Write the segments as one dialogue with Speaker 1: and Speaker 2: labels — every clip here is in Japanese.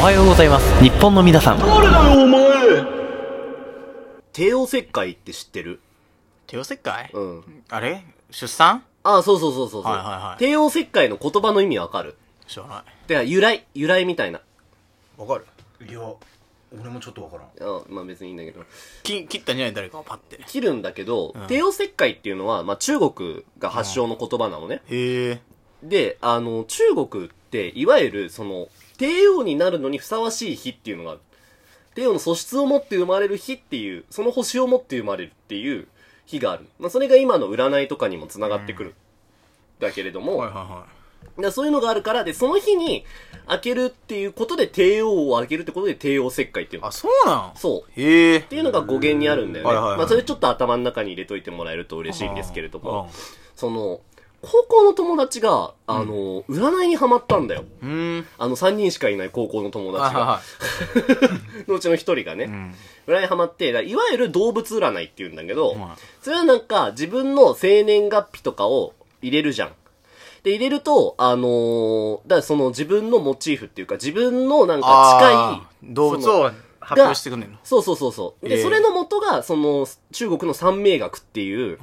Speaker 1: はようございます日本の皆さん
Speaker 2: 誰だよお前帝王切開って知ってる
Speaker 3: 帝王切開
Speaker 2: うん。
Speaker 3: あれ出産
Speaker 2: ああ、そうそうそうそうそう、
Speaker 3: はいはいはい
Speaker 2: 帝王切開の言葉の意味わかる
Speaker 3: 知らない。
Speaker 2: てか、由来、由来みたいな。
Speaker 3: わかる
Speaker 4: いや俺もちょっとわからん
Speaker 2: あまあ別にいいんだけど。
Speaker 3: き切ったんじゃない誰かをパッて。
Speaker 2: 切るんだけど、帝王切開っていうのは、まあ中国が発祥の言葉なのね。
Speaker 3: へえ。
Speaker 2: で、あの、中国って、いわゆる、その、帝王になるのにふさわしい日っていうのがある。帝王の素質を持って生まれる日っていう、その星を持って生まれるっていう日がある。まあ、それが今の占いとかにも繋がってくる。だけれども、
Speaker 3: はいはいは
Speaker 2: だからそういうのがあるから、で、その日に開けるっていうことで帝王を開けるってことで帝王切開っていう
Speaker 3: い。
Speaker 2: の。
Speaker 3: あ、そうなん
Speaker 2: そう。っ
Speaker 3: へえ。って
Speaker 2: いうのが語源にあるんだよね。
Speaker 3: はいはいはい
Speaker 2: まあ、それちょっと頭の中に入れといてもらえると嬉しいんですけれども、。
Speaker 3: あ
Speaker 2: その、高校の友達が、あの、占いにハマったんだよ。
Speaker 3: うーん。
Speaker 2: あの、3人しかいない高校の友達が、
Speaker 3: は
Speaker 2: のうちの1人が
Speaker 3: いはい。う
Speaker 2: ね、
Speaker 3: ん。
Speaker 2: 占いにハマって、だからいわゆる動物占いって言うんだけど、
Speaker 3: はい
Speaker 2: それはなんか自分の生年月日とかを入れるじゃん。で、入れると、あのーだからその自分のモチーフっていうか、自分のなんか
Speaker 3: あ
Speaker 2: 近い。
Speaker 3: ー動物
Speaker 2: その
Speaker 3: を発表してくんねんの。
Speaker 2: そうそうそうそう。で、
Speaker 3: えー
Speaker 2: それの元が、その、中国の三名学っていう、
Speaker 3: うん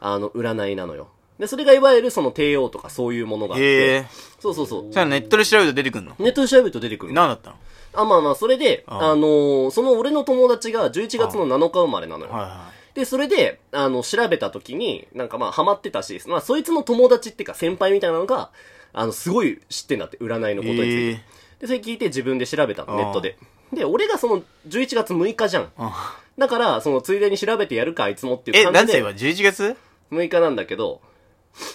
Speaker 2: あの、占いなのよ。で、それがいわゆるその帝王とかそういうものがあって。
Speaker 3: へえ。
Speaker 2: そうそうそう。
Speaker 3: じゃあネットで調べると出てくんの
Speaker 2: ネットで調べると出てくるの。
Speaker 3: 何だったの
Speaker 2: あ、まあまあ、それで、
Speaker 3: ああ
Speaker 2: あのーその俺の友達が11月の7日生まれなのよ。
Speaker 3: はいは
Speaker 2: で、それで、あの、調べた時に、なんかまあ、ハマってたし、まあ、そいつの友達っていうか、先輩みたいなのが、あの、すごい知ってんだって、占いの
Speaker 3: い。
Speaker 2: ことについて。
Speaker 3: へえ。
Speaker 2: で、それ聞いて自分で調べたの、
Speaker 3: あー
Speaker 2: ネットで。で、俺がその、11月6日じゃん。
Speaker 3: あ
Speaker 2: だから、その、ついでに調べてやるか、あいつもっていう
Speaker 3: え、
Speaker 2: 感
Speaker 3: 何
Speaker 2: じ
Speaker 3: 歳
Speaker 2: で
Speaker 3: は、?11 月
Speaker 2: 6日なんだけど、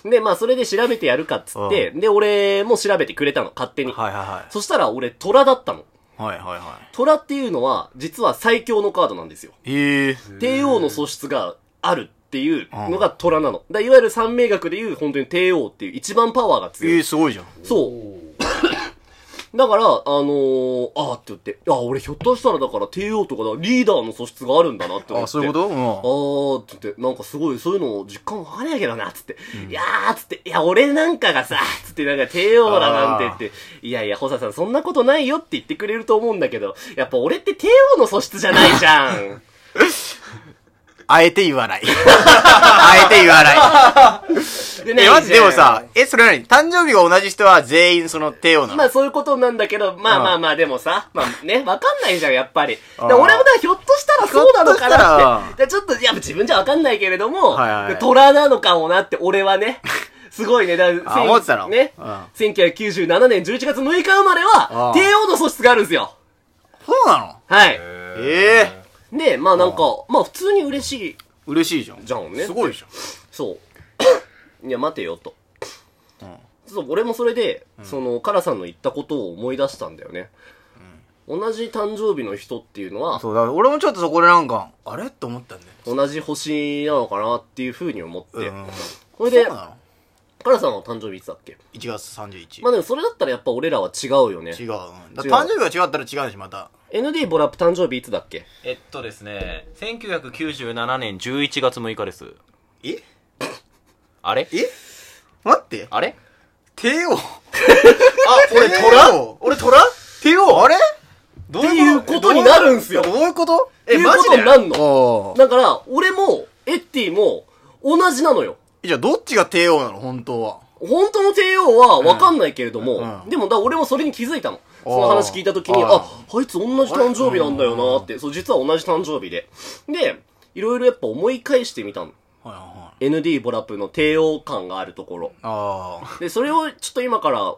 Speaker 2: で、まあ、それで調べてやるかっつって、で、俺も調べてくれたの、勝手に。
Speaker 3: はいはいはい。
Speaker 2: そしたら、俺、虎だったの。
Speaker 3: はいはいは
Speaker 2: 虎っていうのは、実は最強のカードなんですよ。
Speaker 3: い。へえ。
Speaker 2: 帝王の素質があるっていうのが虎なの。だいわゆる三名学でいう本当に帝王っていう一番パワーが
Speaker 3: え
Speaker 2: 強
Speaker 3: え、
Speaker 2: い。
Speaker 3: すごいじゃん。
Speaker 2: そう。 だから、あのー、あーって言って、あー、俺ひょっとしたらだから帝王とかだリーダーの素質があるんだなって思って。
Speaker 3: あ、そういうことうん。
Speaker 2: あーって言って、なんかすごい、そういうのを実感わかんないけどな、つって。いやー、つって、いや、俺なんかがさ、つって、なんか帝王だなんて言って、いやいや、保佐さん、そんなことないよって言ってくれると思うんだけど、やっぱ俺って帝王の素質じゃないじゃん。
Speaker 3: あえて言わない。 あえて言わ ない。
Speaker 2: で
Speaker 3: え、まずでも、さ、え、それ何誕生日が同じ人は全員その帝王な
Speaker 2: ま
Speaker 3: の
Speaker 2: あそういうことなんだけど、まあ
Speaker 3: うん
Speaker 2: まあまあでもさ、まあね、わかんないじゃん、やっぱり。だ
Speaker 3: ん
Speaker 2: から俺もだからひょっとしたらそうなのかな
Speaker 3: ひょ
Speaker 2: って。でちょっと、やっぱ自分じゃわかんないけれども、
Speaker 3: はいはい
Speaker 2: 虎なのかもなって、俺はね。 すごいね、だから
Speaker 3: あ思ってたの
Speaker 2: ね、
Speaker 3: うん
Speaker 2: 1997年11月6日生まれ
Speaker 3: う
Speaker 2: は
Speaker 3: ん、
Speaker 2: 帝王の素質があるんですよ。
Speaker 3: そうなの
Speaker 2: はい。
Speaker 3: ええ。
Speaker 2: で、まあなんか、まあ普通に嬉しい
Speaker 3: 嬉しいじゃん。
Speaker 2: じゃんね。
Speaker 3: すごいじゃん。
Speaker 2: そう。 いや、待てよ、と。そう、俺もそれで、その、カラさんの言ったことを思い出したんだよね。同じ誕生日の人っていうのは、
Speaker 3: そう、だから俺もちょっとそこでなんか、あれって思ったんだよ。
Speaker 2: 同じ星なのかなっていうふうに思って。
Speaker 3: うん。
Speaker 2: これ
Speaker 3: そう
Speaker 2: で、
Speaker 3: なの
Speaker 2: カラさんの誕生日いつだっけ
Speaker 3: ?1 月31。
Speaker 2: まあでもそれだったらやっぱ俺らは違うよね
Speaker 3: 違。う。うんだ
Speaker 2: 違
Speaker 3: か
Speaker 2: う
Speaker 3: ら誕生日が違ったら違うでしょ、また。
Speaker 2: ND ボラップ誕生日いつだっけ
Speaker 4: えっとですね1997年11月6日です
Speaker 3: え
Speaker 4: あれ
Speaker 3: え待って。
Speaker 4: あれ
Speaker 3: 帝 王。あ、俺虎俺虎帝王あれどう
Speaker 2: いうことっていうことになるんすよ
Speaker 3: どういうこと
Speaker 2: っていうことになるの
Speaker 3: おー
Speaker 2: だから、俺も、エッティも、同じなのよ。
Speaker 3: じゃあどっちが帝王なの本当は。
Speaker 2: 本当の帝王は分かんないけれども、
Speaker 3: うん
Speaker 2: でもだ俺もそれに気づいたの。
Speaker 3: あー
Speaker 2: その話聞いた時に、
Speaker 3: あ
Speaker 2: あ、
Speaker 3: ー
Speaker 2: あいつ同じ誕生日なんだよなーって、そう、実は同じ誕生日で。で、いろいろやっぱ思い返してみたの。
Speaker 3: はいはいはい。
Speaker 2: ND ボラップの帝王感があるところ。
Speaker 3: あー。
Speaker 2: で、それをちょっと今から、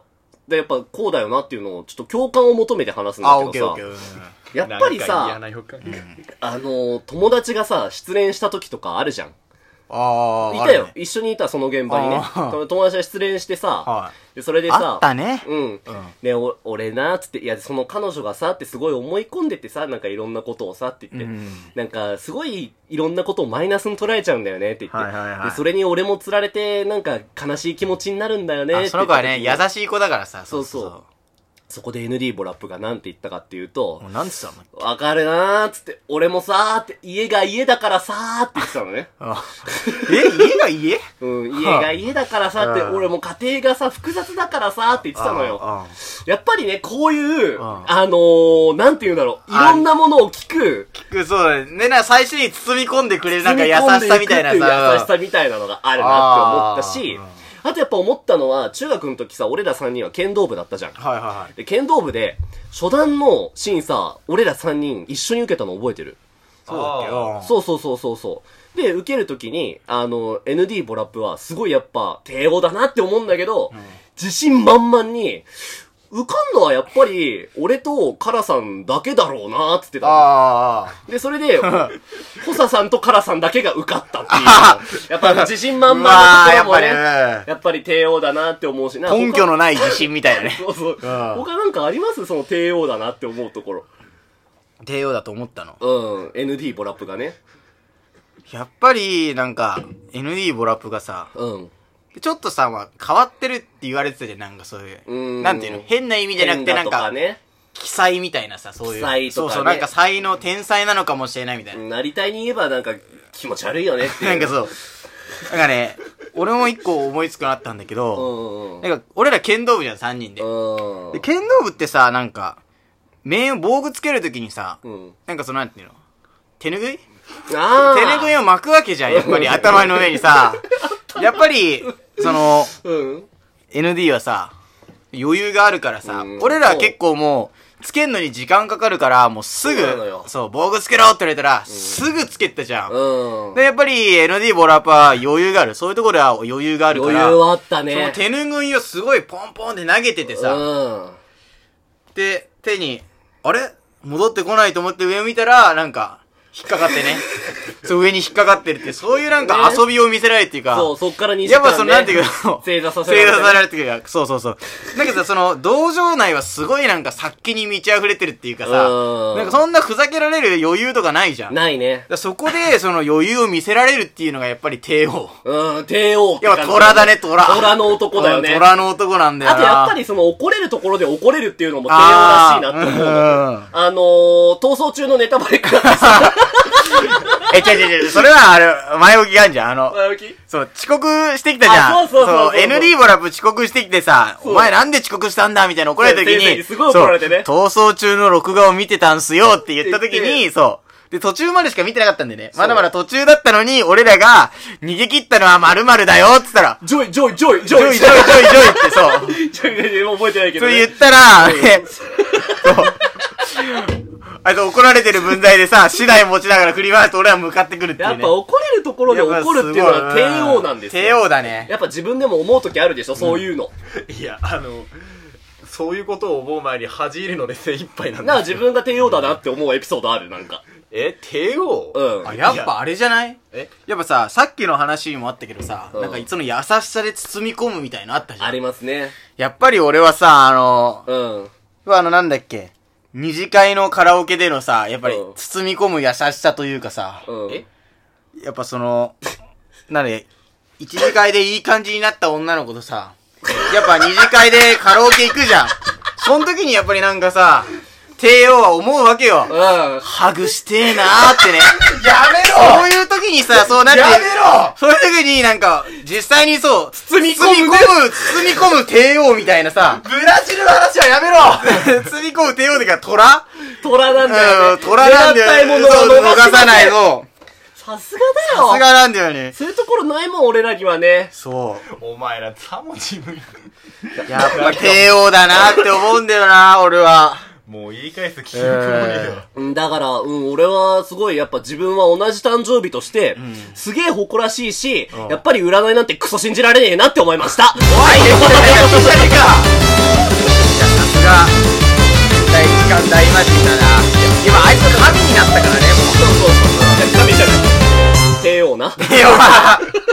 Speaker 2: でやっぱこうだよなっていうのをちょっと共感を求めて話すん
Speaker 3: あ、
Speaker 2: だ
Speaker 3: オッ
Speaker 2: け
Speaker 3: ケーオ
Speaker 2: ど
Speaker 3: ッケ
Speaker 2: さ、
Speaker 3: ー。
Speaker 2: やっぱり
Speaker 4: 嫌
Speaker 2: さ、
Speaker 4: な予感が
Speaker 2: あのー、友達がさ、失恋した時とかあるじゃん。
Speaker 3: あー。
Speaker 2: いたよ
Speaker 3: ある。ね
Speaker 2: 一緒にいた、その現場にね
Speaker 3: あ。ー
Speaker 2: その友達が失恋してさ、
Speaker 3: は
Speaker 2: でそれで
Speaker 3: い。
Speaker 2: さ
Speaker 3: あっ、たね。
Speaker 2: うん。ね、お俺な、つって、いや、その彼女がさ、ってすごい思い込んでてさ、なんかいろんなことをさ、って言って、
Speaker 3: うん
Speaker 2: なんか、すごいいろんなことをマイナスに捉えちゃうんだよね、って言って、
Speaker 3: はいはいはい
Speaker 2: でそれに俺も釣られて、なんか悲しい気持ちになるんだよね、って
Speaker 3: あ
Speaker 2: 言
Speaker 3: その子は
Speaker 2: っ
Speaker 3: ね、
Speaker 2: た時に
Speaker 3: 優しい子だからさ。
Speaker 2: そうそう。そこで ND ボラップがなんて言ったかっていうと
Speaker 4: もう、なんつったの
Speaker 2: わかるなーっつって、俺もさーって、家が家だからさーって言ってたのね。
Speaker 4: あ
Speaker 3: え、家が家
Speaker 2: うん、家が家だからさって、
Speaker 3: うん
Speaker 2: 俺も家庭がさ、複雑だからさって言ってたのよ。
Speaker 3: ああ
Speaker 2: やっぱりね、こういう、
Speaker 3: ん
Speaker 2: あのー、なんて言うんだろう、いろんなものを聞く、
Speaker 3: くそうだね。ね、な、最初に包み込んでくれるなんか優
Speaker 2: 包み込んで
Speaker 3: しさみたいな
Speaker 2: くってう優し
Speaker 3: さ。
Speaker 2: さみたいなのがあるなって思ったし
Speaker 3: あー、
Speaker 2: あとやっぱ思ったのは、中学の時さ、俺ら3人は剣道部だったじゃん。
Speaker 3: はいはいはい。
Speaker 2: で、剣道部で、初段のシーンさ、俺ら3人一緒に受けたの覚えてる
Speaker 3: そうだっけ
Speaker 4: あ
Speaker 3: よ。
Speaker 2: そうそうそうそうそう。で、受けるときに、あの、ND ボラップは、すごいやっぱ、帝王だなって思うんだけど、自信満々に、受かんのはやっぱり、俺とカラさんだけだろうなって言ってたの。
Speaker 3: ああ。
Speaker 2: で、それ で、ホサさんとカラさんだけが受かったっていう。やっぱ自信満々なところもね、
Speaker 3: うわーやっぱりね
Speaker 2: やっぱり帝王だなって思うしな。
Speaker 3: 根拠
Speaker 2: の。
Speaker 3: のない自信みたい なね。
Speaker 2: そうそう。
Speaker 3: あー
Speaker 2: 他なんかありますその帝王だなって思うところ。
Speaker 3: 帝王だと思ったの。
Speaker 2: うん、ND ボラップがね。
Speaker 3: やっぱり、なんか、ND ボラップがさ、
Speaker 2: うん。
Speaker 3: ちょっとさ、まあ、変わってるって言われてたじゃん、なんかそういう
Speaker 2: ー
Speaker 3: う。
Speaker 2: ん
Speaker 3: なんていうの変な意味じゃなくて、な
Speaker 2: 変
Speaker 3: ん
Speaker 2: だと
Speaker 3: か、
Speaker 2: ね。
Speaker 3: 奇才みたいなさ、そういう。
Speaker 2: 奇才とかね
Speaker 3: そうそう、なんか才能、天才なのかもしれないみたいな。
Speaker 2: なりたいに言えばなんか気持ち悪いよねっていう。
Speaker 3: なんかそう。なんかね、俺も一個思いつくなったんだけ
Speaker 2: う
Speaker 3: ど、
Speaker 2: んうんうん。
Speaker 3: なんか、俺ら剣道部じゃん、3人で。
Speaker 2: うん
Speaker 3: で、剣道部ってさ、なんか、面を防具つけるときにさ、
Speaker 2: うん。
Speaker 3: なんかその、なんていうの手拭い
Speaker 2: ああ。
Speaker 3: 手拭いを巻くわけじゃん、やっぱり頭の上 にさ。やっぱり、その、
Speaker 2: うん。
Speaker 3: ND はさ、余裕があるからさ
Speaker 2: うん、
Speaker 3: 俺らは結構もう、つけんのに時間かかるから、もうすぐ
Speaker 2: そうなのよ、
Speaker 3: そう、防具つけろって言われたら、すぐつけてたじゃん。
Speaker 2: うん。
Speaker 3: で、やっぱり ND ボラッパは余裕がある。そういうところは余裕があるか
Speaker 2: 余裕
Speaker 3: ら、
Speaker 2: はあった
Speaker 3: その
Speaker 2: ね。
Speaker 3: 手拭いをすごいポンポンって投げててさ、
Speaker 2: うん。
Speaker 3: で、手に、あれ戻ってこないと思って上を見たら、なんか、引っかかって ね。そう、上に引っかかってるって、そういうなんか
Speaker 2: ね
Speaker 3: 遊びを見せられるっていうか、
Speaker 2: そう、そっから2時
Speaker 3: や
Speaker 2: 間、ね。
Speaker 3: っぱその、なんていうの
Speaker 2: 正座させられ
Speaker 3: 正座
Speaker 2: て
Speaker 3: させられてるからそうそうそう。だけどさ、その、道場内はすごいなんか殺気に満ち溢れてるっていうかさ、
Speaker 2: うん
Speaker 3: なんかそんなふざけられる余裕とかないじゃん。だか
Speaker 2: ないね。
Speaker 3: らそこで、その余裕を見せられるっていうのがやっぱり帝王。
Speaker 2: うん、帝王って
Speaker 3: や
Speaker 2: 感
Speaker 3: っ
Speaker 2: じ
Speaker 3: ぱ虎だね、虎。
Speaker 2: 虎の男だよね。
Speaker 3: うん虎の男なんだよ
Speaker 2: あ
Speaker 3: な。
Speaker 2: とやっぱりその怒れるところで怒れるっていうのも帝王らしいなって思うのよ。
Speaker 3: あーうん
Speaker 2: あのー、逃走中のネタバレからさ、
Speaker 3: え、違う違う違う、それはあれ、前置きがあんじゃん。あの、
Speaker 2: 前置き
Speaker 3: そう、遅刻してきたじゃん。
Speaker 2: あそうそうそうそう
Speaker 3: ND ボラップ遅刻してきてさ、お前なんで遅刻したんだみたいな怒られた時
Speaker 2: そう先生に
Speaker 3: に、
Speaker 2: すごい怒られてね
Speaker 3: そう逃走中の録画を見てたんすよって言った時
Speaker 2: って言
Speaker 3: に、そう。で、途中までしか見てなかったんでね。まだまだ途中だったのに、俺らが、逃げ切ったのは〇〇だよって言ったら、
Speaker 2: ジョイ、ジョイ、ジョイ、
Speaker 3: ジ
Speaker 2: ジ
Speaker 3: ョ
Speaker 2: ョ
Speaker 3: イ
Speaker 2: イ、
Speaker 3: ジョイジョイジョイってそう。
Speaker 2: ジョイ、ジョイ、もう覚えてないけ
Speaker 3: そ
Speaker 2: ど、
Speaker 3: れ
Speaker 2: ね。
Speaker 3: 言ったら、ね、そう。あいつ怒られてる分際でさ、次第持ちながら振り回して俺は向かってくるっていう、ね。
Speaker 2: やっぱ怒れるところで怒るっていうのは帝王なんですよ。
Speaker 3: 帝王だね。
Speaker 2: やっぱ自分でも思う時あるでしょ、そういうの。
Speaker 4: いや、あの、そういうことを思う前に恥じ入るので精一杯なん
Speaker 2: なあ、
Speaker 4: だ。
Speaker 2: 自分が帝王だなって思うエピソードある、なんか。
Speaker 4: え、帝王
Speaker 2: うん。
Speaker 3: あ、やっぱあれじゃない
Speaker 4: え
Speaker 3: やっぱさ、さっきの話にもあったけどさ、
Speaker 2: うん
Speaker 3: なんかいつの優しさで包み込むみたいのあったじゃ
Speaker 2: あ
Speaker 3: ん。
Speaker 2: りますね。
Speaker 3: やっぱり俺はさ、あの、
Speaker 2: うん。
Speaker 3: あのなんだっけ、二次会のカラオケでのさ、やっぱり
Speaker 2: うん
Speaker 3: 包み込む優しさというかさ、
Speaker 2: うん。
Speaker 4: え
Speaker 3: やっぱその、なんで、一次会でいい感じになった女の子とさ、やっぱ二次会でカラオケ行くじゃん。その時にやっぱりなんかさ、帝王は思うわけよ。
Speaker 2: うん。
Speaker 3: ハグしてーなーってね。
Speaker 4: やめ
Speaker 3: そういう時にさ、そうなんて、
Speaker 4: やめろ、
Speaker 3: そういう時になんか、実際にそう、包
Speaker 2: み込むね
Speaker 3: む、包み込む帝王みたいなさ
Speaker 4: ブラジルの話はやめろ
Speaker 3: 包み込む帝王ってか、虎
Speaker 2: 虎なんだよ、
Speaker 3: うん
Speaker 2: ね。
Speaker 3: 虎なんだよ、
Speaker 2: 狙
Speaker 3: ね。
Speaker 2: った獲
Speaker 3: そう
Speaker 2: 物を
Speaker 3: 逃さない。の。
Speaker 2: さす
Speaker 3: さ
Speaker 2: が
Speaker 3: す
Speaker 2: だよ。
Speaker 3: がなんだよね。
Speaker 2: そういうところないもん、俺らにはね。
Speaker 3: そう。
Speaker 4: お前ら、さも自分。
Speaker 3: やっぱ帝王だなって思うんだよな、俺は。
Speaker 4: もう言い返す気力もねえよ。
Speaker 2: うんだから、うん、俺はすごい、やっぱ自分は同じ誕生日として、すげえ誇らしいし、やっぱり占いなんてクソ信じられねえなって思いました。
Speaker 3: おい、言ってないやつじゃねえかいや、さすが、第一巻大魔神だな。今、あいつ神になったからね、もう。
Speaker 2: そうそうそう。神じゃない帝王な。
Speaker 3: 帝王